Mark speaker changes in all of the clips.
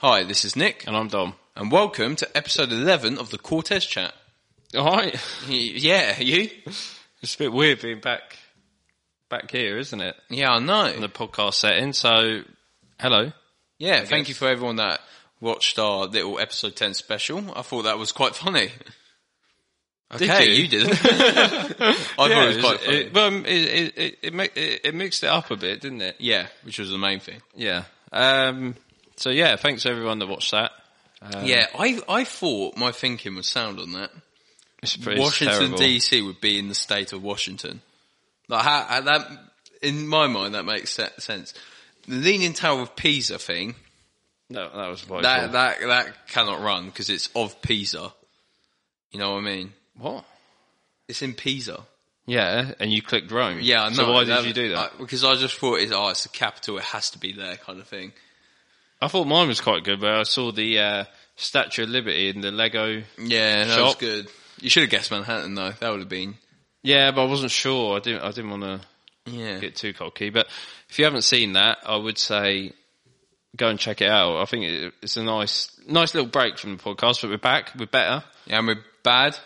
Speaker 1: Hi, this is Nick,
Speaker 2: And I'm Dom.
Speaker 1: and welcome to episode 11 of the Cortez Chat.
Speaker 2: All right.
Speaker 1: Y- Yeah, you?
Speaker 2: It's a bit weird being back back here, isn't it?
Speaker 1: Yeah, I
Speaker 2: In
Speaker 1: know.
Speaker 2: the podcast setting. So, hello.
Speaker 1: Yeah, thank you for everyone that watched our little episode 10 special. I thought that was quite funny. Okay,
Speaker 2: you?
Speaker 1: didn't. I thought it was quite funny.
Speaker 2: it, um, it, it, it, it, mi- it, it mixed it up a bit, didn't it?
Speaker 1: yeah, which was the main thing.
Speaker 2: Yeah. Um, so yeah, thanks everyone that watched that. Um,
Speaker 1: yeah, I, I thought my thinking was sound on that.
Speaker 2: it's pretty
Speaker 1: Washington
Speaker 2: terrible.
Speaker 1: DC would be in the state of Washington. Like how, how that, in my mind, that makes se- sense. The Leaning Tower of Pisa thing
Speaker 2: No, that was what.
Speaker 1: that that that cannot run because it's of Pisa. You know what I mean?
Speaker 2: what?
Speaker 1: It's in Pisa.
Speaker 2: Yeah, and you clicked Rome.
Speaker 1: Yeah, I know.
Speaker 2: So why did
Speaker 1: That-
Speaker 2: you do that?
Speaker 1: I- because I just thought it's oh, it's the capital. It has to be there, kind of thing.
Speaker 2: I, thought mine was quite good, but I saw the uh, Statue of Liberty in the Lego.
Speaker 1: Yeah, that was
Speaker 2: Shop.
Speaker 1: good. You should have guessed Manhattan though. That would have been
Speaker 2: Yeah, but I wasn't sure. I didn't. I didn't want to.
Speaker 1: yeah.
Speaker 2: get too cocky. But if you haven't seen that, I would say go and check it out. I think it- it's a nice, nice little break from the podcast. But we're back. We're better.
Speaker 1: Yeah, and we're bad.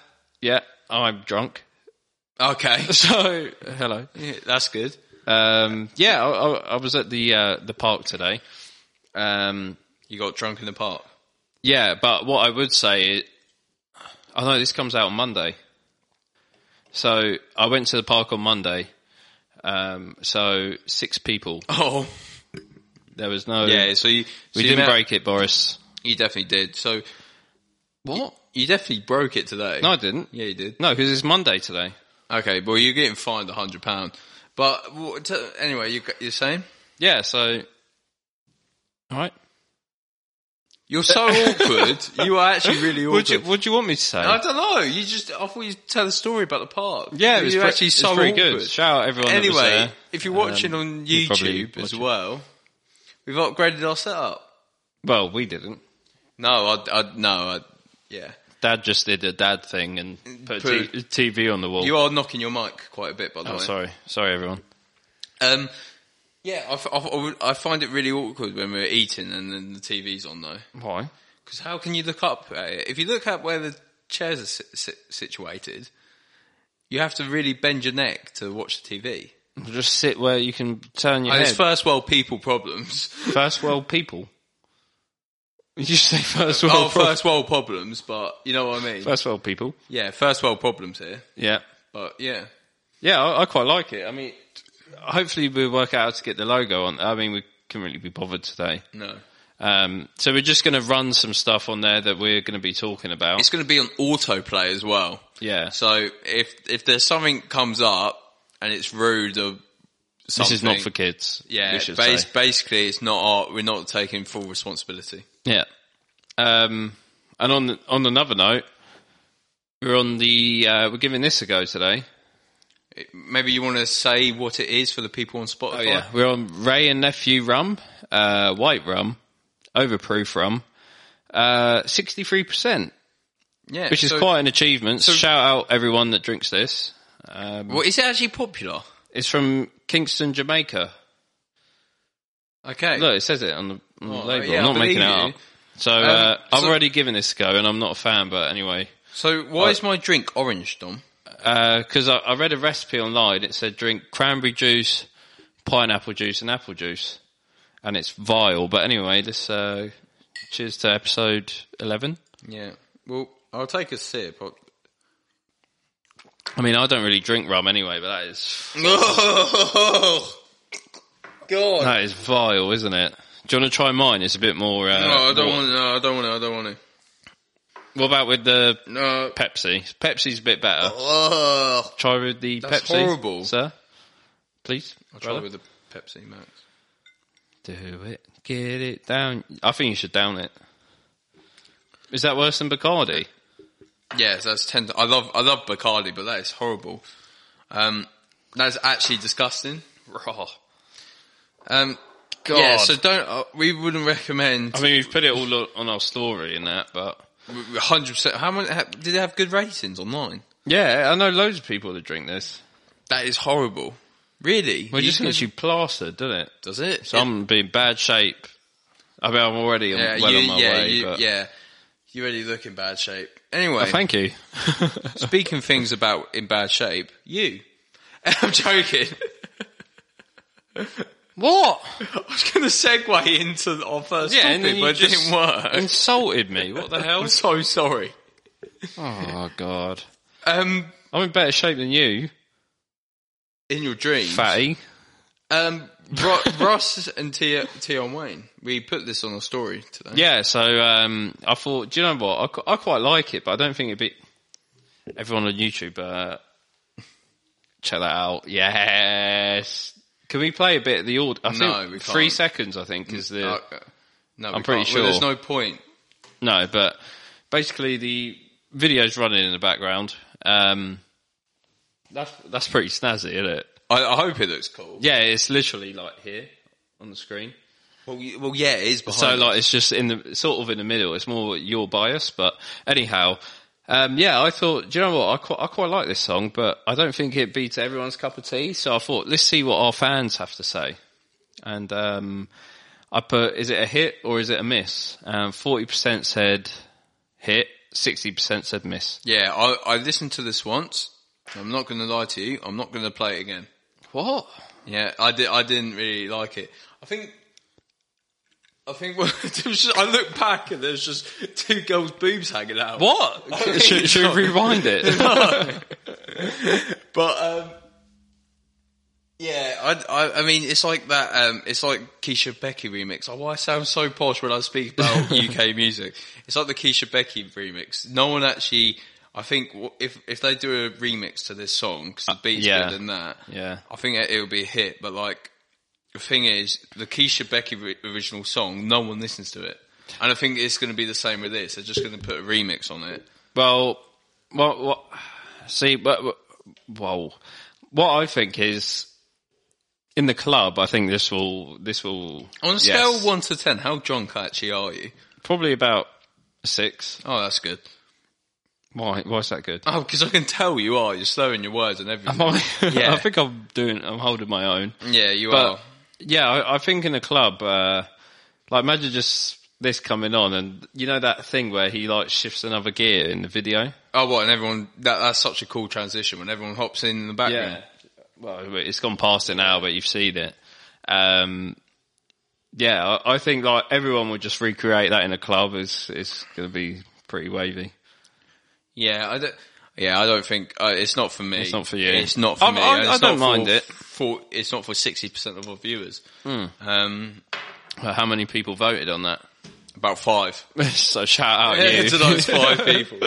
Speaker 2: Yeah, I'm drunk.
Speaker 1: Okay,
Speaker 2: So hello.
Speaker 1: Yeah, that's good.
Speaker 2: Um, yeah, I, I, I was at the uh, the park today. Um,
Speaker 1: You got drunk in the park.
Speaker 2: yeah, but what I would say is, I know this comes out on Monday. So I went to the park on Monday. Um, so six people.
Speaker 1: Oh
Speaker 2: There was no.
Speaker 1: yeah. So you so
Speaker 2: we
Speaker 1: you
Speaker 2: didn't
Speaker 1: met-
Speaker 2: break it, Boris.
Speaker 1: You definitely did. So
Speaker 2: What?
Speaker 1: you definitely broke it today.
Speaker 2: No, I didn't.
Speaker 1: Yeah, you did.
Speaker 2: No, because it's Monday today.
Speaker 1: Okay, well, you're getting fined a hundred pound. But well, t- anyway, you, you're saying
Speaker 2: Yeah, so. All right.
Speaker 1: you're so awkward. You are actually really awkward.
Speaker 2: What do, you, what do you want me to say?
Speaker 1: I don't know. You just I thought you tell a story about the park.
Speaker 2: yeah, it was
Speaker 1: you're
Speaker 2: pre-
Speaker 1: actually
Speaker 2: it's
Speaker 1: so
Speaker 2: pretty
Speaker 1: awkward.
Speaker 2: good. Shout out everyone. that was
Speaker 1: Anyway,
Speaker 2: there.
Speaker 1: if you're watching
Speaker 2: Um,
Speaker 1: on
Speaker 2: you probably
Speaker 1: YouTube as
Speaker 2: watch it.
Speaker 1: well, we've upgraded our setup.
Speaker 2: well, we didn't.
Speaker 1: No, I, I no, I, yeah.
Speaker 2: Dad just did a dad thing and put, a
Speaker 1: Put-
Speaker 2: t- TV on the wall.
Speaker 1: You are knocking your mic quite a bit, by the
Speaker 2: oh,
Speaker 1: way.
Speaker 2: sorry, sorry everyone.
Speaker 1: Um, yeah, I, f- I f- I would- I find it really awkward when we're eating and then the TV's on though.
Speaker 2: Why?
Speaker 1: Because how can you look up at it? If you look up where the chairs are si- si- situated, you have to really bend your neck to watch the TV.
Speaker 2: Just sit where you can turn your
Speaker 1: And Oh, it's
Speaker 2: head.
Speaker 1: first world people problems.
Speaker 2: first world people. You say first world.
Speaker 1: oh,
Speaker 2: pro-
Speaker 1: first world problems, but you know what I mean.
Speaker 2: first world people.
Speaker 1: Yeah, first world problems here.
Speaker 2: Yeah.
Speaker 1: But yeah,
Speaker 2: Yeah, I, I quite like it. I mean, hopefully we'll work out how to get the logo on. I mean, we can really be bothered today.
Speaker 1: no.
Speaker 2: Um, so we're just going to run some stuff on there that we're going to be talking about.
Speaker 1: It's going to be on autoplay as well.
Speaker 2: yeah,
Speaker 1: So if if there's something comes up and it's rude or something,
Speaker 2: this is not for kids.
Speaker 1: Yeah,
Speaker 2: we should
Speaker 1: bas-
Speaker 2: say.
Speaker 1: basically, it's not our. We're not taking full responsibility.
Speaker 2: Yeah. Um, and on on another note, we're on the uh, we're giving this a go today.
Speaker 1: It- Maybe you want to say what it is for the people on Spotify.
Speaker 2: Oh yeah, we're on Ray and Nephew rum, uh, white rum, overproof rum, sixty three percent,
Speaker 1: Yeah,
Speaker 2: which is
Speaker 1: so-
Speaker 2: quite an achievement. Shout out everyone that drinks this. Um,
Speaker 1: Well, is it actually popular?
Speaker 2: It's from Kingston, Jamaica.
Speaker 1: Okay,
Speaker 2: Look, it says it on the, on the
Speaker 1: Oh,
Speaker 2: label.
Speaker 1: yeah, I
Speaker 2: I'm not
Speaker 1: believe
Speaker 2: making it
Speaker 1: you. Um,
Speaker 2: up. So, uh, I've
Speaker 1: so-
Speaker 2: already given this a go, and I'm not a fan, but anyway.
Speaker 1: so
Speaker 2: uh,
Speaker 1: why is my drink orange, Dom?
Speaker 2: Because I, I read a recipe online. It said drink cranberry juice, pineapple juice, and apple juice. And it's vile. But anyway, this, uh, cheers to episode 11.
Speaker 1: Yeah. Well, I'll take a sip.
Speaker 2: I mean, I don't really drink rum anyway, but that is,
Speaker 1: Oh, God!
Speaker 2: that is vile, isn't it? Do you want to try mine? It's a bit more, uh,
Speaker 1: no, I don't
Speaker 2: more-
Speaker 1: want. No, I don't want to. I don't want to.
Speaker 2: What about with the
Speaker 1: No.
Speaker 2: Pepsi? Pepsi's a bit better.
Speaker 1: Ugh.
Speaker 2: Try with the
Speaker 1: That's
Speaker 2: Pepsi.
Speaker 1: horrible.
Speaker 2: Sir? Please?
Speaker 1: I'll try
Speaker 2: brother?
Speaker 1: with the Pepsi Max.
Speaker 2: Do it. Get it down. I think you should down it. Is that worse than Bacardi?
Speaker 1: Yes, that's ten. I love I love Bacardi, but that is horrible. Um, that is actually disgusting.
Speaker 2: Raw.
Speaker 1: Um,
Speaker 2: God.
Speaker 1: yeah, so don't. Uh, we wouldn't recommend.
Speaker 2: I mean, we've put it all o- on our story and that, but.
Speaker 1: Hundred percent. How many ha, did they have good ratings online?
Speaker 2: Yeah, I know loads of people that drink this.
Speaker 1: That is horrible. Really?
Speaker 2: Well, it
Speaker 1: You
Speaker 2: just
Speaker 1: can-
Speaker 2: gets you plastered, doesn't it?
Speaker 1: does it?
Speaker 2: So I'm be in bad shape. I mean, I'm already on,
Speaker 1: Yeah,
Speaker 2: well
Speaker 1: you,
Speaker 2: on my
Speaker 1: yeah,
Speaker 2: way.
Speaker 1: you,
Speaker 2: but
Speaker 1: yeah. You already look in bad shape. Anyway,
Speaker 2: Thank you.
Speaker 1: speaking things about in bad shape, you. I'm joking.
Speaker 2: what?
Speaker 1: I was going to segue into our first
Speaker 2: Yeah, and
Speaker 1: topic,
Speaker 2: then you
Speaker 1: but it
Speaker 2: just
Speaker 1: didn't work.
Speaker 2: Insulted me. What the hell?
Speaker 1: I'm so sorry.
Speaker 2: Oh god.
Speaker 1: Um,
Speaker 2: I'm in better shape than you,
Speaker 1: in your dreams,
Speaker 2: fatty.
Speaker 1: um, Ro- Ross and Tia, Tion Wayne. We put this on our story today.
Speaker 2: Yeah, so um, I thought, do you know what? I, qu- I quite like it, but I don't think it'd be. Everyone on YouTube, uh, check that out. Yes. Can we play a bit of the order? I
Speaker 1: No,
Speaker 2: think
Speaker 1: we can't.
Speaker 2: three seconds, I think, is the.
Speaker 1: Uh, no, we
Speaker 2: I'm pretty
Speaker 1: can't. Well, there's
Speaker 2: sure.
Speaker 1: no point.
Speaker 2: No, but basically the video's running in the background. Um, that's, that's pretty snazzy, isn't it?
Speaker 1: I, I hope it looks cool.
Speaker 2: Yeah, it's literally like here on the screen.
Speaker 1: Well, y- well, yeah, it is behind.
Speaker 2: So
Speaker 1: us.
Speaker 2: like it's just in the sort of in the middle. It's more your bias, but anyhow, um, yeah. I thought, do you know what? I quite, I quite like this song, but I don't think it'd be to everyone's cup of tea. So I thought, let's see what our fans have to say. And um, I put, is it a hit or is it a miss? Forty percent said hit, sixty percent said miss.
Speaker 1: yeah, I, I listened to this once. I'm not going to lie to you. I'm not going to play it again.
Speaker 2: What?
Speaker 1: Yeah, I did. I didn't really like it. I think. I think it was just, I look back and there's just two girls' boobs hanging out.
Speaker 2: What? should, should we rewind it?
Speaker 1: But um, yeah, I, I I mean it's like that. Um, it's like Keisha Becky remix. Oh, why I sound so posh when I speak about UK music? It's like the Keisha Becky remix. No one actually. I think w- if if they do a remix to this song because the beat's
Speaker 2: yeah.
Speaker 1: good and that,
Speaker 2: Yeah.
Speaker 1: I think it, it'll be a hit. But like the thing is, the Keisha Becky ri- original song, no one listens to it, and I think it's going to be the same with this. They're just going to put a remix on it.
Speaker 2: Well, well, well see, but, but- well, what I think is in the club. I think this will this will
Speaker 1: On a
Speaker 2: yes.
Speaker 1: scale of one to ten, how drunk actually are you?
Speaker 2: probably about six.
Speaker 1: Oh, that's good.
Speaker 2: Why? Why is that good?
Speaker 1: Oh, because I can tell you are. You're slowing your words and everything. Yeah.
Speaker 2: I think I'm doing. I'm holding my own.
Speaker 1: yeah, you
Speaker 2: But
Speaker 1: are.
Speaker 2: yeah, I, I think in the club, uh, like imagine just this coming on, and you know that thing where he like shifts another gear in the video.
Speaker 1: Oh, what? And everyone, that, that's such a cool transition when everyone hops in in the background.
Speaker 2: Well, it's gone past it now, but you've seen it. Um, yeah, I, I think like everyone would just recreate that in a club. It's it's going to be pretty wavy.
Speaker 1: Yeah, I don't. Yeah, I don't think uh, it's not for me. It's
Speaker 2: not for you.
Speaker 1: It's not for
Speaker 2: I'm-
Speaker 1: me.
Speaker 2: I-
Speaker 1: and
Speaker 2: I
Speaker 1: it's
Speaker 2: don't
Speaker 1: not
Speaker 2: mind
Speaker 1: for,
Speaker 2: it. Hmm.
Speaker 1: For it's not for sixty percent of our viewers. Um,
Speaker 2: Well, How many people voted on that?
Speaker 1: about five.
Speaker 2: so shout out
Speaker 1: Yeah,
Speaker 2: you.
Speaker 1: to those five people.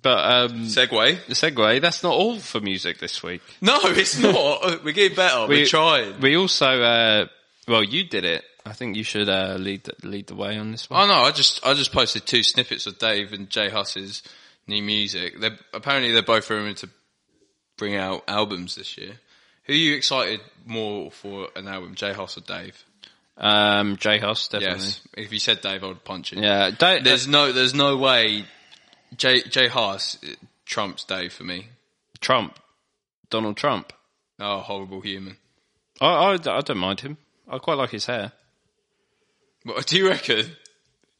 Speaker 2: But um,
Speaker 1: Segway.
Speaker 2: the segue. That's not all for music this week.
Speaker 1: No, it's not. We're getting better. We, are trying.
Speaker 2: We also uh, well, you did it. I think you should uh, lead the, lead the way on this one.
Speaker 1: Oh no, I just I just posted two snippets of Dave and Jay Huss's new music. They're, apparently, they're both rumored to bring out albums this year. Who are you excited more for an album, Jay Huss or Dave?
Speaker 2: Um, J Huss definitely.
Speaker 1: Yes, if you said Dave, I would punch you.
Speaker 2: Yeah, don't,
Speaker 1: There's no there's no way Jay Jay Huss eh, trumps Dave for me.
Speaker 2: Trump, Donald Trump.
Speaker 1: Oh, horrible human.
Speaker 2: I, I, I don't mind him. I quite like his hair.
Speaker 1: What do you reckon?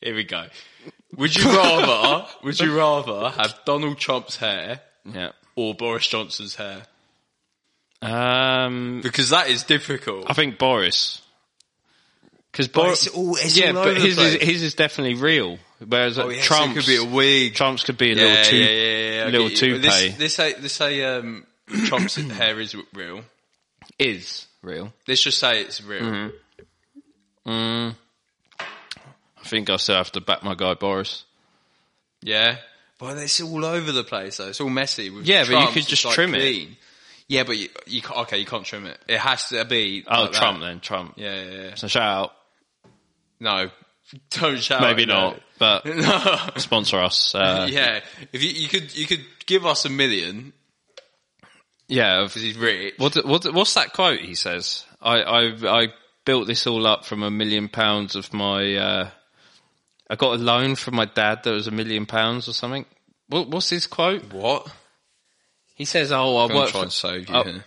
Speaker 1: Here we go. Would you rather? would you rather have Donald Trump's hair
Speaker 2: Yeah.
Speaker 1: or Boris Johnson's hair?
Speaker 2: Um,
Speaker 1: Because that is difficult.
Speaker 2: I think Boris. Because Boris,
Speaker 1: all, it's
Speaker 2: yeah,
Speaker 1: all
Speaker 2: but
Speaker 1: over
Speaker 2: his
Speaker 1: the
Speaker 2: is,
Speaker 1: place.
Speaker 2: his is definitely real. Whereas
Speaker 1: Oh, yeah,
Speaker 2: Trump's
Speaker 1: so it could be a wig.
Speaker 2: Trump's could be a
Speaker 1: yeah,
Speaker 2: little too.
Speaker 1: yeah, yeah, yeah, I
Speaker 2: little
Speaker 1: get you. But This,
Speaker 2: toupee.
Speaker 1: this, say, this say um, Trump's hair is real.
Speaker 2: Is real.
Speaker 1: Let's just say it's real.
Speaker 2: Mm-hmm. I think I still have to back my guy Boris.
Speaker 1: Yeah, but it's all over the place though. It's all messy. With
Speaker 2: Yeah, but you
Speaker 1: Trump's,
Speaker 2: could
Speaker 1: it's,
Speaker 2: just
Speaker 1: like,
Speaker 2: trim it.
Speaker 1: clean. Yeah, but you, you ca- okay? You can't trim it. It has to be.
Speaker 2: Oh,
Speaker 1: like that.
Speaker 2: Trump then Trump.
Speaker 1: Yeah, yeah, yeah.
Speaker 2: So shout out.
Speaker 1: No, don't shout.
Speaker 2: Maybe
Speaker 1: no.
Speaker 2: not, but sponsor us. Uh, yeah.
Speaker 1: yeah, if you, you could, you could give us a million
Speaker 2: of-
Speaker 1: because he's rich.
Speaker 2: What, what, what's that quote he says? I, I, I built this all up from a million pounds of my. Uh, I got a loan from my dad that was a million pounds or something. What, what's his quote?
Speaker 1: What?
Speaker 2: He says, "Oh, I
Speaker 1: I'm
Speaker 2: work."
Speaker 1: trying
Speaker 2: For,
Speaker 1: to save you.
Speaker 2: oh.
Speaker 1: here.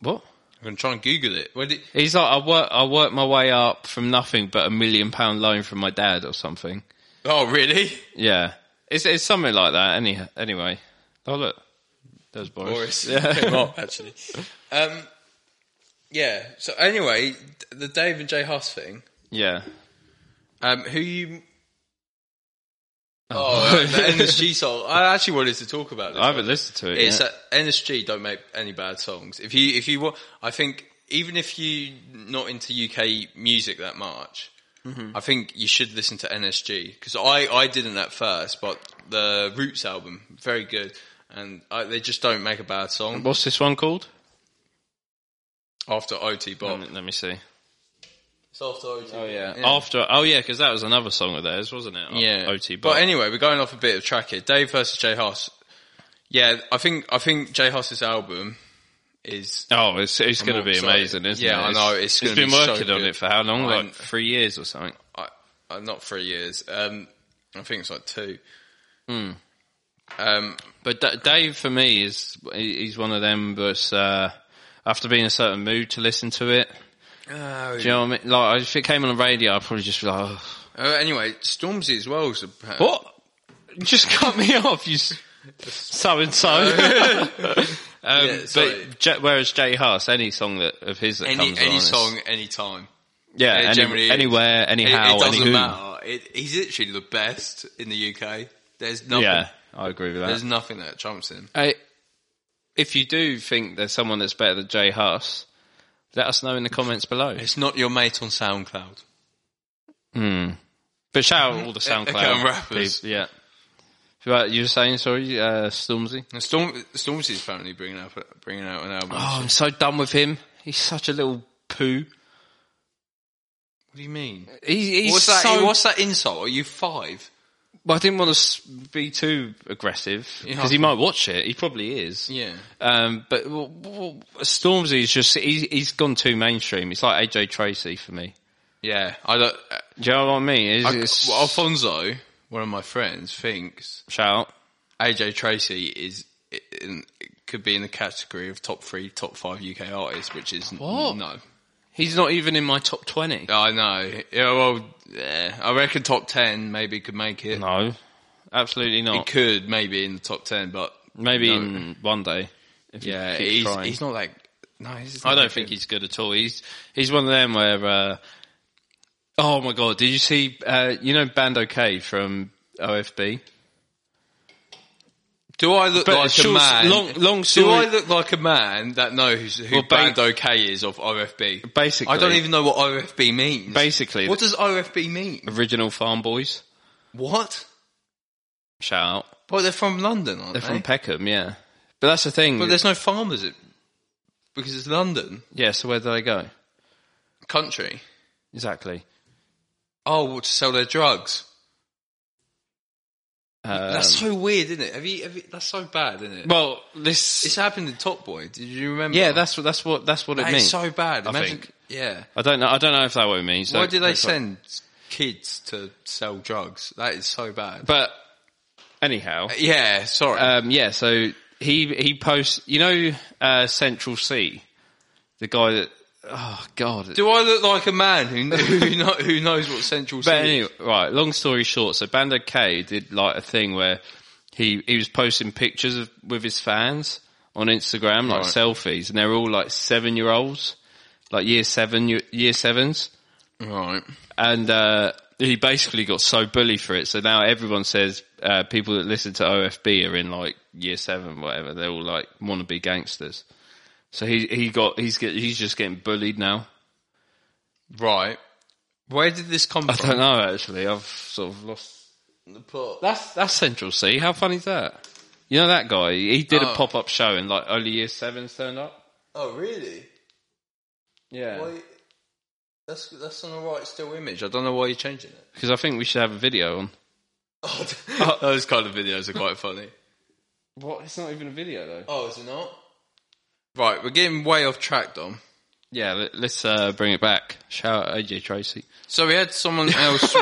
Speaker 2: what?
Speaker 1: I'm gonna try and Google it. Where did,
Speaker 2: He's like, I work, I worked my way up from nothing but a million pound loan from my dad or something.
Speaker 1: oh, really?
Speaker 2: Yeah, it's it's something like that. Any anyway, oh look, there's Boris.
Speaker 1: Boris yeah. came up actually. Um, yeah. So anyway, the Dave and Jay Huss thing.
Speaker 2: Yeah,
Speaker 1: Um, who you? Oh, the NSG song. I actually wanted to talk about this.
Speaker 2: I haven't listened to it.
Speaker 1: It's
Speaker 2: yet.
Speaker 1: uh, NSG don't make any bad songs. If you if you want, I think even if you not into UK music that much, I think you should listen to NSG because I I didn't at first, but the Roots album very good, and I, they just don't make a bad song
Speaker 2: What's this one called?
Speaker 1: after OT Bop.
Speaker 2: Let me- let me see.
Speaker 1: It's after OT. Oh
Speaker 2: After, oh yeah, because that was another song of theirs, wasn't it? Oh,
Speaker 1: Yeah.
Speaker 2: OT.
Speaker 1: But anyway, we're going off a bit of track here. Dave versus Jay Huss. Yeah, I think I think Jay Huss's album is
Speaker 2: Oh, it's it's going to
Speaker 1: all
Speaker 2: be
Speaker 1: excited.
Speaker 2: amazing, isn't
Speaker 1: Yeah,
Speaker 2: it?
Speaker 1: I know, it's
Speaker 2: it's
Speaker 1: gonna
Speaker 2: been
Speaker 1: be so
Speaker 2: working on
Speaker 1: good.
Speaker 2: it for how long?
Speaker 1: I'm-
Speaker 2: Like three years or something.
Speaker 1: I, I, uh, not three years. Um, I think it's like two.
Speaker 2: Hmm.
Speaker 1: Um,
Speaker 2: But D- Dave, for me, is he- he's one of them. But uh, I have to be in a certain mood to listen to it. Do you know what I mean? Like if it came on the radio, I'd probably just be like, oh,
Speaker 1: oh, anyway, Stormzy as well. Is a,
Speaker 2: "What? You Just cut me off, you so and so."
Speaker 1: sorry.
Speaker 2: But J- whereas Jay Huss, any song that of his that
Speaker 1: any
Speaker 2: comes on,
Speaker 1: any
Speaker 2: it's-
Speaker 1: song, any time.
Speaker 2: yeah,
Speaker 1: it
Speaker 2: any-
Speaker 1: generally is.
Speaker 2: anywhere,
Speaker 1: It,
Speaker 2: anyhow,
Speaker 1: it doesn't
Speaker 2: anywho.
Speaker 1: matter. It, he's literally the best in the UK. There's nothing.
Speaker 2: Yeah, I agree with that.
Speaker 1: There's nothing that trumps him.
Speaker 2: I, if you do think there's someone that's better than Jay Huss, let us know in the comments below.
Speaker 1: It's not your mate on SoundCloud.
Speaker 2: But shout out all the
Speaker 1: Account
Speaker 2: SoundCloud
Speaker 1: rappers.
Speaker 2: people, Yeah. But you were saying, sorry, uh, Stormzy.
Speaker 1: And Storm Stormzy's apparently bringing out bringing out an album.
Speaker 2: Oh, I'm so done with him. He's such a little poo.
Speaker 1: What do you mean?
Speaker 2: He's, he's
Speaker 1: what's that?
Speaker 2: so.
Speaker 1: What's that insult? Are you five?
Speaker 2: Well, I didn't want to be too aggressive because he might watch it. He probably is.
Speaker 1: Yeah.
Speaker 2: Um, but w- w- Stormzy is just he's, he's gone too mainstream. It's like AJ Tracy for me.
Speaker 1: Yeah. I don't. Uh,
Speaker 2: Do you know what I mean? It's,
Speaker 1: I-
Speaker 2: it's-
Speaker 1: well, Alfonso, one of my friends, thinks
Speaker 2: shout.
Speaker 1: AJ Tracy is in, could be in the category of top three, top five UK artists, which is
Speaker 2: What?
Speaker 1: no.
Speaker 2: He's not even in my top twenty.
Speaker 1: I know. Yeah. Well, yeah, I reckon top ten maybe could make it.
Speaker 2: No, absolutely
Speaker 1: He
Speaker 2: not.
Speaker 1: could maybe in the top ten, but
Speaker 2: Maybe
Speaker 1: No.
Speaker 2: in one day. If he
Speaker 1: yeah,
Speaker 2: keeps
Speaker 1: he's,
Speaker 2: trying.
Speaker 1: he's not like. No, he's
Speaker 2: I don't think he's good at all. He's he's one of them where. Uh, oh my god! Did you see? Uh, you know Bando K from OFB.
Speaker 1: Do I look
Speaker 2: But
Speaker 1: like
Speaker 2: short-
Speaker 1: a man?
Speaker 2: long- long
Speaker 1: Do
Speaker 2: story-
Speaker 1: I look like a man that knows who
Speaker 2: Well, ba-
Speaker 1: Band OK is of OFB?
Speaker 2: Basically,
Speaker 1: I don't even know what OFB means.
Speaker 2: Basically-
Speaker 1: what does OFB mean?
Speaker 2: original farm boys.
Speaker 1: What?
Speaker 2: Shout out!
Speaker 1: Well, they're from London, aren't
Speaker 2: They're
Speaker 1: they?
Speaker 2: from Peckham, yeah. But that's the thing.
Speaker 1: but there's no farmers in, because it's London
Speaker 2: yeah, so where do they go?
Speaker 1: country.
Speaker 2: Exactly.
Speaker 1: Oh, well, to sell their drugs.
Speaker 2: Um,
Speaker 1: that's so weird, isn't it? Have you, have you? That's so bad, isn't it?
Speaker 2: well, this.
Speaker 1: It's happened in Top Boy. Did you remember?
Speaker 2: yeah, that's what that's what that's what it
Speaker 1: That
Speaker 2: means.
Speaker 1: is so bad.
Speaker 2: I
Speaker 1: Imagine,
Speaker 2: think.
Speaker 1: Yeah.
Speaker 2: I don't know. I don't know if that what it means.
Speaker 1: Why
Speaker 2: Like,
Speaker 1: do they
Speaker 2: that's what-
Speaker 1: send kids to sell drugs? That is so bad.
Speaker 2: But anyhow,
Speaker 1: Yeah, sorry.
Speaker 2: um, yeah, so he he posts. You know, uh, Central C, the guy that. Oh God.
Speaker 1: Do I look like a man who kn- who, kno- who knows what Central C
Speaker 2: but
Speaker 1: is?
Speaker 2: anyway, right. Long story short, so Bando K did like a thing where he he was posting pictures of, with his fans on Instagram, like
Speaker 1: Right.
Speaker 2: selfies, and they're all like seven year olds, like year seven, year, year sevens,
Speaker 1: Right.
Speaker 2: and. uh he basically got so bully for it, so now everyone says uh, people that listen to OFB are in like year seven, whatever. They're all like wannabe gangsters. So he he got he's get, he's just getting bullied now.
Speaker 1: Right. Where did this come
Speaker 2: I
Speaker 1: from?
Speaker 2: don't know actually. I've sort of lost
Speaker 1: The plot.
Speaker 2: That's that's Central C. How funny is that? You know that guy? He did a
Speaker 1: Oh.
Speaker 2: pop up show and like only year sevens turned up.
Speaker 1: oh, really?
Speaker 2: Yeah,
Speaker 1: That's that's an alright still image. I don't know why you're changing it.
Speaker 2: because I think we should have a video on.
Speaker 1: Oh, those kind of videos are quite funny.
Speaker 2: What? It's not even a video though.
Speaker 1: Oh, is it not? Right, we're getting way off track, Dom.
Speaker 2: Yeah, let, let's uh, bring it back. Shout out AJ Tracy.
Speaker 1: So we had someone else.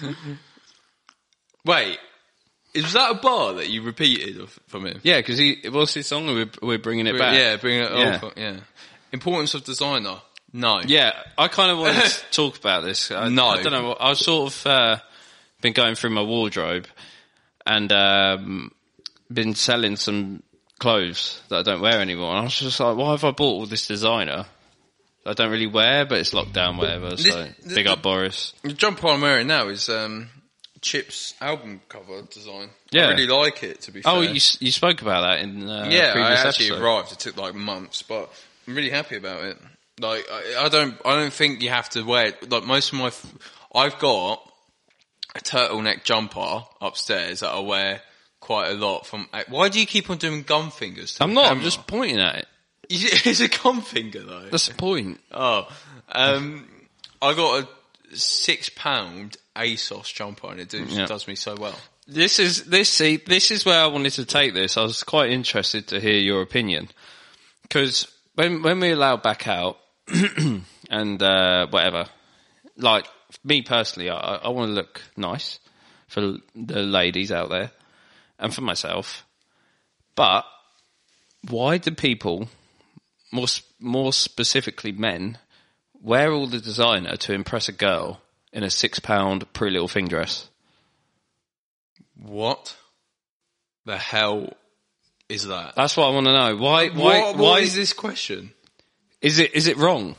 Speaker 1: Wait, is that a bar that you repeated of- from him?
Speaker 2: Yeah, because he what's his song? We're we're bringing it back.
Speaker 1: Yeah, bring it.
Speaker 2: Yeah.
Speaker 1: Yeah, yeah. Importance of designer? No.
Speaker 2: Yeah, I kind of want to talk about this. I,
Speaker 1: No.
Speaker 2: I don't know. what- I've sort of uh, been going through my wardrobe and um, been selling some clothes that I don't wear anymore. And I was just like, why have I bought all this designer? that I don't really wear, but it's lockdown, whatever. So
Speaker 1: This-
Speaker 2: big up, Boris.
Speaker 1: The jumper I'm wearing now is um, Chip's album cover design.
Speaker 2: Yeah.
Speaker 1: I really like it, to be fair.
Speaker 2: Oh, you s- you spoke about that in uh,
Speaker 1: yeah, I
Speaker 2: previous
Speaker 1: actually
Speaker 2: episode.
Speaker 1: arrived. It took like months, but I'm really happy about it. Like, I, I don't, I don't think you have to wear it. Like most of my, f- I've got a turtleneck jumper upstairs that I wear quite a lot. From why do you keep on doing gun fingers? To
Speaker 2: I'm
Speaker 1: the
Speaker 2: not. I'm
Speaker 1: camera?
Speaker 2: just pointing at it.
Speaker 1: It's a gun finger though.
Speaker 2: That's the point.
Speaker 1: Oh, um, I got a six pound ASOS jumper, and it does,
Speaker 2: Yeah.
Speaker 1: does me so well.
Speaker 2: This is this. See, this is where I wanted to take this. I was quite interested to hear your opinion because when when we allowed back out and uh, whatever, like me personally, I, I want to look nice for the ladies out there and for myself. But why do people, more s- more specifically men, wear all the designer to impress a girl in a six pound pretty little thing dress?
Speaker 1: What the hell is that?
Speaker 2: That's what I want to know. Why? Why?
Speaker 1: what, what
Speaker 2: why
Speaker 1: is
Speaker 2: is,
Speaker 1: this question?
Speaker 2: it? Is it wrong?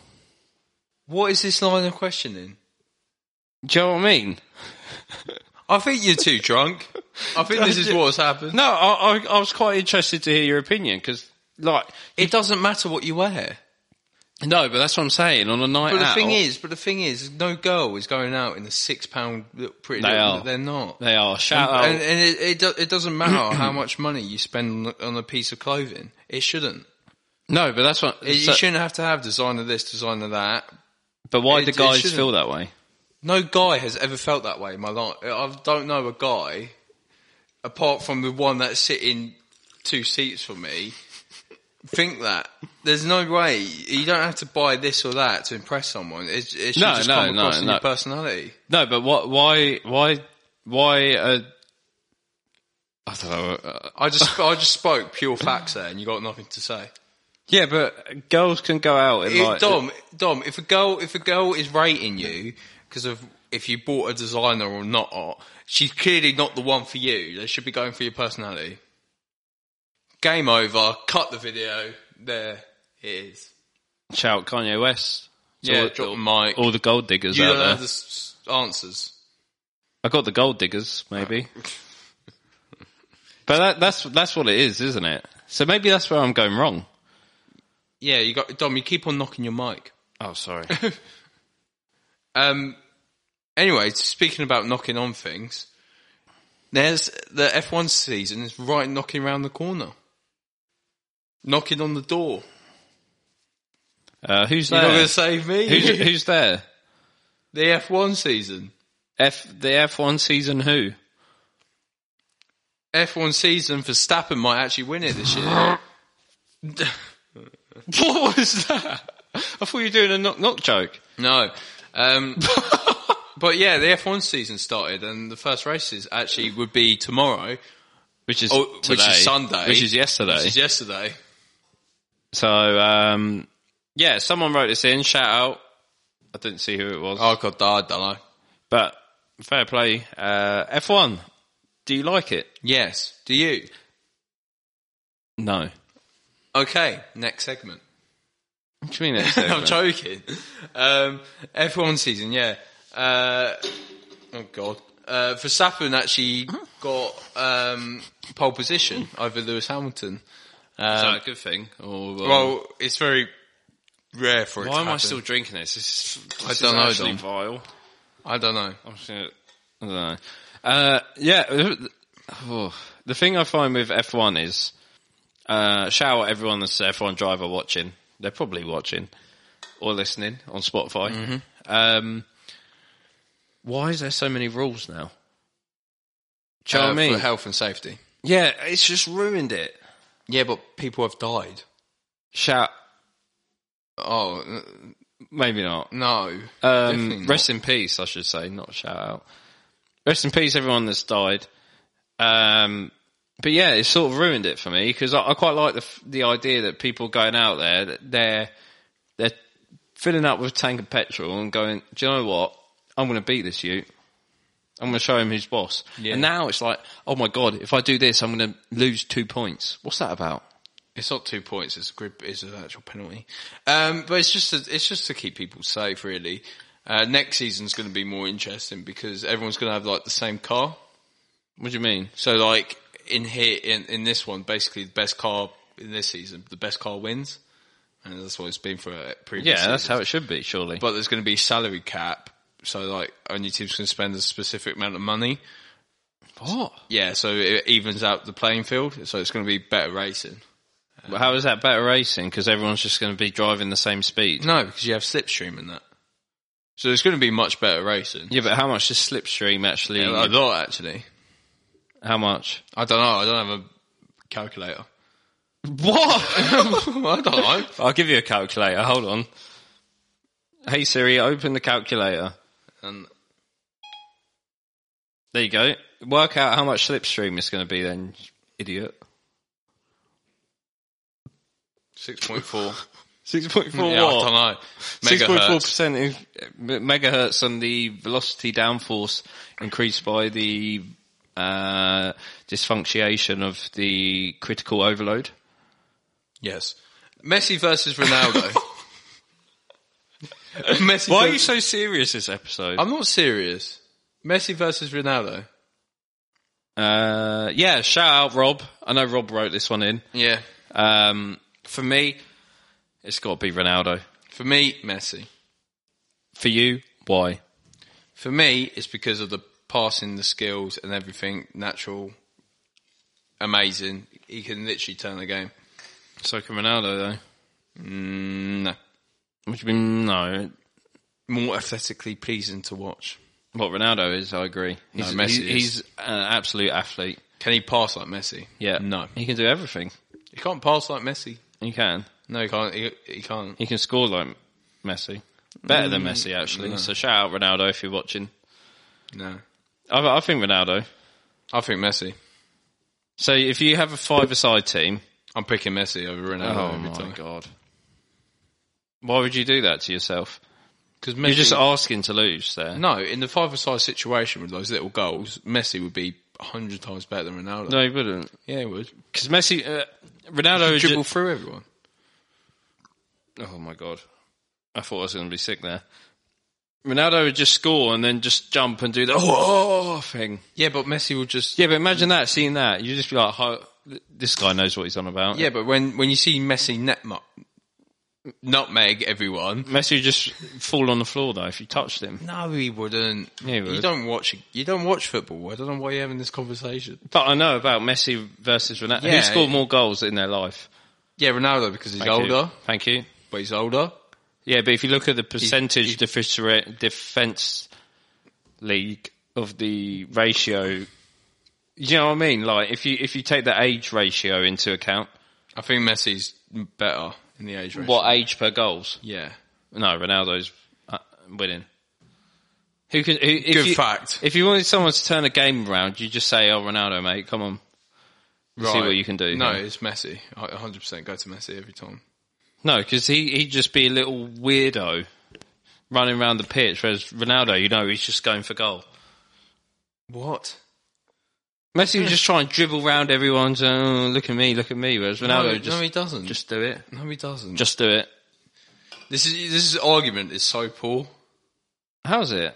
Speaker 1: What is this line of questioning?
Speaker 2: Do you know what I mean?
Speaker 1: I think you're too drunk. I think this is what's happened.
Speaker 2: No, I, I, I was quite interested to hear your opinion because, like,
Speaker 1: It doesn't matter what you wear.
Speaker 2: no, but that's what I'm saying. On a night
Speaker 1: But the
Speaker 2: out,
Speaker 1: thing is, but the thing is, no girl is going out in a six pound pretty.
Speaker 2: They
Speaker 1: little-
Speaker 2: are.
Speaker 1: They're not.
Speaker 2: they are shout out.
Speaker 1: And, and it, it, do, it doesn't matter how much money you spend on a- on a piece of clothing. It shouldn't.
Speaker 2: no, but that's what.
Speaker 1: It- you
Speaker 2: so-
Speaker 1: shouldn't have to have designer this, designer that.
Speaker 2: but why
Speaker 1: it-
Speaker 2: do
Speaker 1: it
Speaker 2: guys
Speaker 1: shouldn't.
Speaker 2: feel that way?
Speaker 1: No guy has ever felt that way in my life. I don't know a guy, apart from the one that's sitting two seats from me, think that. There's no way. You don't have to buy this or that to impress someone. It, it should
Speaker 2: No,
Speaker 1: just
Speaker 2: no,
Speaker 1: come across
Speaker 2: no,
Speaker 1: in
Speaker 2: no.
Speaker 1: your personality.
Speaker 2: No, but what? Why? Why? Why? Uh, I don't know. Uh,
Speaker 1: I just, I just spoke pure facts there and you got nothing to say.
Speaker 2: yeah, but girls can go out in
Speaker 1: If-
Speaker 2: like
Speaker 1: Dom, Dom, if a girl, if a girl is rating you because of if you bought a designer or not, she's clearly not the one for you. They should be going for your personality. Game over. Cut the video. There it is.
Speaker 2: shout Kanye West. It's
Speaker 1: Yeah,
Speaker 2: all,
Speaker 1: drop the mic.
Speaker 2: all the gold diggers
Speaker 1: you
Speaker 2: out
Speaker 1: don't
Speaker 2: there.
Speaker 1: have the s- s- answers.
Speaker 2: I got the gold diggers, maybe. but that, that's that's what it is, isn't it? So maybe that's where I'm going wrong.
Speaker 1: Yeah, you got Dom. You keep on knocking your mic.
Speaker 2: Oh, sorry.
Speaker 1: Um. Anyway, speaking about knocking on things, there's the F1 season is right knocking around the corner, knocking on the door.
Speaker 2: Uh, who's
Speaker 1: You're not going
Speaker 2: there?
Speaker 1: to save me.
Speaker 2: Who's, who's there?
Speaker 1: the F1 season.
Speaker 2: F the F1 season who?
Speaker 1: F1 season for Stappen might actually win it this year.
Speaker 2: What was that? I thought you were doing a knock knock joke.
Speaker 1: No. Um, but yeah, the F1 season started and the first races actually would be tomorrow,
Speaker 2: Which is
Speaker 1: Oh,
Speaker 2: today,
Speaker 1: which is Sunday.
Speaker 2: which is yesterday.
Speaker 1: which is yesterday.
Speaker 2: so um, yeah, someone wrote this in. Shout out! I didn't see who it was,
Speaker 1: Oh god, I don't know.
Speaker 2: but fair play. Uh, F1, do you like it?
Speaker 1: Yes. Do you?
Speaker 2: No.
Speaker 1: Okay, next segment.
Speaker 2: What do you mean? it's
Speaker 1: I'm
Speaker 2: different?
Speaker 1: joking. Um, F1 season, yeah. Uh, oh god. Uh, Verstappen actually got um, pole position over Lewis Hamilton.
Speaker 2: Is that a good thing? Or, um,
Speaker 1: Well, it's very rare for it.
Speaker 2: why
Speaker 1: to
Speaker 2: am I
Speaker 1: happen.
Speaker 2: still drinking this? This is,
Speaker 1: I
Speaker 2: this
Speaker 1: don't
Speaker 2: is
Speaker 1: know,
Speaker 2: actually
Speaker 1: Dom.
Speaker 2: vile.
Speaker 1: I don't know.
Speaker 2: I'm just gonna, I don't know. Uh, yeah, th- oh, the thing I find with F1 is, uh, shout out everyone that's an F1 driver watching. They're probably watching or listening on Spotify.
Speaker 1: Mm-hmm.
Speaker 2: Um, why is there so many rules now? Do you know
Speaker 1: Uh,
Speaker 2: what I
Speaker 1: For
Speaker 2: mean?
Speaker 1: health and safety.
Speaker 2: Yeah, it's just ruined it.
Speaker 1: Yeah, but people have died.
Speaker 2: Shout,
Speaker 1: Oh n-
Speaker 2: maybe not.
Speaker 1: no. Definitely
Speaker 2: Um,
Speaker 1: not.
Speaker 2: rest in peace, I should say, not shout out. Rest in peace, everyone that's died. Um, but yeah, it sort of ruined it for me because I, I quite like the f- the idea that people going out there that they're they're filling up with a tank of petrol and going, do you know what? I'm going to beat this Ute. I'm going to show him who's boss.
Speaker 1: Yeah.
Speaker 2: And now it's like, oh my god, if I do this, I'm going to lose two points. What's that about?
Speaker 1: It's not two points. It's a grid. It's an actual penalty. Um, but it's just to, it's just to keep people safe, really. Uh, next season's going to be more interesting because everyone's going to have like the same car.
Speaker 2: What do you mean?
Speaker 1: So like in here in, in this one, basically the best car in this season, the best car wins, and that's what it's been for uh, previous.
Speaker 2: Yeah, that's
Speaker 1: seasons.
Speaker 2: how it should be, surely.
Speaker 1: But there's going to be salary cap, so like only teams can spend a specific amount of money.
Speaker 2: what?
Speaker 1: Yeah, so it evens out the playing field. So it's going to be better racing.
Speaker 2: But how is that better racing? Because everyone's just going to be driving the same speed.
Speaker 1: No, because you have slipstream in that. So it's going to be much better racing.
Speaker 2: Yeah, but how much does slipstream actually?
Speaker 1: Yeah, a lot actually.
Speaker 2: how much?
Speaker 1: I don't know. I don't have a calculator.
Speaker 2: What?
Speaker 1: I don't know.
Speaker 2: I'll give you a calculator. Hold on. Hey Siri, open the calculator.
Speaker 1: And
Speaker 2: There you go. Work out how much slipstream it's going to be, then, idiot.
Speaker 1: six point four.
Speaker 2: Six point four.
Speaker 1: Yeah, I don't know.
Speaker 2: Six point four
Speaker 1: Megahertz.
Speaker 2: percent in megahertz on the velocity downforce increased by the uh, dysfunctionation of the critical overload.
Speaker 1: Yes. Messi versus Ronaldo. Messi.
Speaker 2: Why are
Speaker 1: versus-
Speaker 2: you so serious this episode?
Speaker 1: I'm not serious. Messi versus Ronaldo.
Speaker 2: Uh, yeah, shout out Rob. I know Rob wrote this one in.
Speaker 1: Yeah.
Speaker 2: Um, for me, it's got to be Ronaldo.
Speaker 1: For me, Messi.
Speaker 2: For you, why?
Speaker 1: For me, it's because of the passing, the skills, and everything natural, amazing. He can literally turn the game.
Speaker 2: So can Ronaldo
Speaker 1: Mm, no,
Speaker 2: though. Which mean no.
Speaker 1: more aesthetically pleasing to watch.
Speaker 2: What Ronaldo is, I agree. He's,
Speaker 1: Messi
Speaker 2: he's,
Speaker 1: is.
Speaker 2: he's an absolute athlete.
Speaker 1: Can he pass like Messi?
Speaker 2: Yeah.
Speaker 1: No,
Speaker 2: He can do everything.
Speaker 1: he can't pass like Messi.
Speaker 2: He can.
Speaker 1: No, he can't. He, he can't.
Speaker 2: He can score like Messi. Better than Messi, actually. So shout out Ronaldo if you're watching.
Speaker 1: No,
Speaker 2: I, I think Ronaldo.
Speaker 1: I think Messi.
Speaker 2: So if you have a five-a-side team,
Speaker 1: I'm picking Messi over Ronaldo
Speaker 2: oh
Speaker 1: every
Speaker 2: my
Speaker 1: time.
Speaker 2: god, why would you do that to yourself?
Speaker 1: Because
Speaker 2: You're just asking to lose there.
Speaker 1: no in the five-a-side situation with those little goals, Messi would be hundred times better than Ronaldo.
Speaker 2: No, you wouldn't.
Speaker 1: Yeah, he would
Speaker 2: Because Messi, uh, Ronaldo would
Speaker 1: dribble
Speaker 2: ju-
Speaker 1: through everyone.
Speaker 2: oh my god, I thought I was going to be sick there. Ronaldo would just score and then just jump and do the oh, oh thing.
Speaker 1: Yeah, but Messi would just
Speaker 2: Yeah, but imagine that, seeing that, you just be like, "Ho- this guy knows what he's on about.
Speaker 1: Yeah, but when, when you see Messi net mu- nutmeg everyone,
Speaker 2: Messi would just fall on the floor though if you touched him.
Speaker 1: no, he wouldn't.
Speaker 2: Yeah, he would.
Speaker 1: You don't watch. You don't watch football. I don't know why you're having this conversation.
Speaker 2: But I know about Messi versus Ronaldo.
Speaker 1: Yeah.
Speaker 2: Who scored more goals in their life?
Speaker 1: Yeah, Ronaldo because he's
Speaker 2: Thank you.
Speaker 1: older,
Speaker 2: Thank you.
Speaker 1: but he's older.
Speaker 2: Yeah, but if you look at the percentage
Speaker 1: he-
Speaker 2: differ- defense league of the ratio, you know what I mean? Like if you if you take the age ratio into account,
Speaker 1: I think Messi's better in the age range.
Speaker 2: what age per goals?
Speaker 1: Yeah,
Speaker 2: No, Ronaldo's uh, winning. Who can? Who, if
Speaker 1: Good
Speaker 2: you-
Speaker 1: fact.
Speaker 2: If you wanted someone to turn a game around, you just say, "Oh, Ronaldo, mate, come on."
Speaker 1: right.
Speaker 2: what you can do
Speaker 1: No,
Speaker 2: here.
Speaker 1: it's Messi. I 100% go to Messi every time.
Speaker 2: No, because he he'd just be a little weirdo running around the pitch, whereas Ronaldo, you know, he's just going for goal.
Speaker 1: What?
Speaker 2: Messi would just try and dribble round everyone, to, oh, look at me, look at me, whereas
Speaker 1: No,
Speaker 2: Ronaldo
Speaker 1: no,
Speaker 2: would just
Speaker 1: he doesn't.
Speaker 2: just do it,
Speaker 1: no, he doesn't.
Speaker 2: just do it.
Speaker 1: this is this is argument is so poor.
Speaker 2: How's it?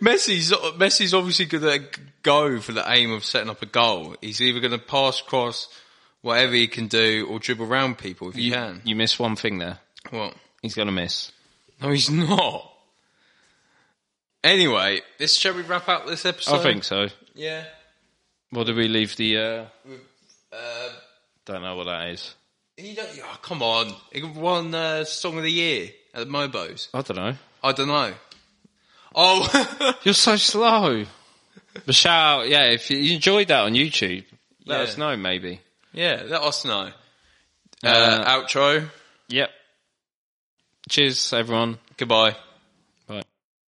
Speaker 1: Messi's Messi's obviously going to go for the aim of setting up a goal. He's either going to pass, cross, whatever he can do, or dribble round people if he can.
Speaker 2: You miss one thing there.
Speaker 1: Well,
Speaker 2: He's gonna miss.
Speaker 1: no, he's not. Anyway, this shall we wrap up this episode?
Speaker 2: I think so.
Speaker 1: Yeah.
Speaker 2: What do we leave the? uh
Speaker 1: Uh,
Speaker 2: Don't know what that is.
Speaker 1: he don't, oh, come on, he won uh, song of the year at the Mobos.
Speaker 2: I don't know.
Speaker 1: I don't know. Oh,
Speaker 2: You're so slow. But shout out, yeah, if you enjoyed that on YouTube, let
Speaker 1: Yeah.
Speaker 2: us know maybe.
Speaker 1: yeah. Let us know. Uh,
Speaker 2: Uh,
Speaker 1: outro.
Speaker 2: Yep. Cheers, everyone.
Speaker 1: Goodbye.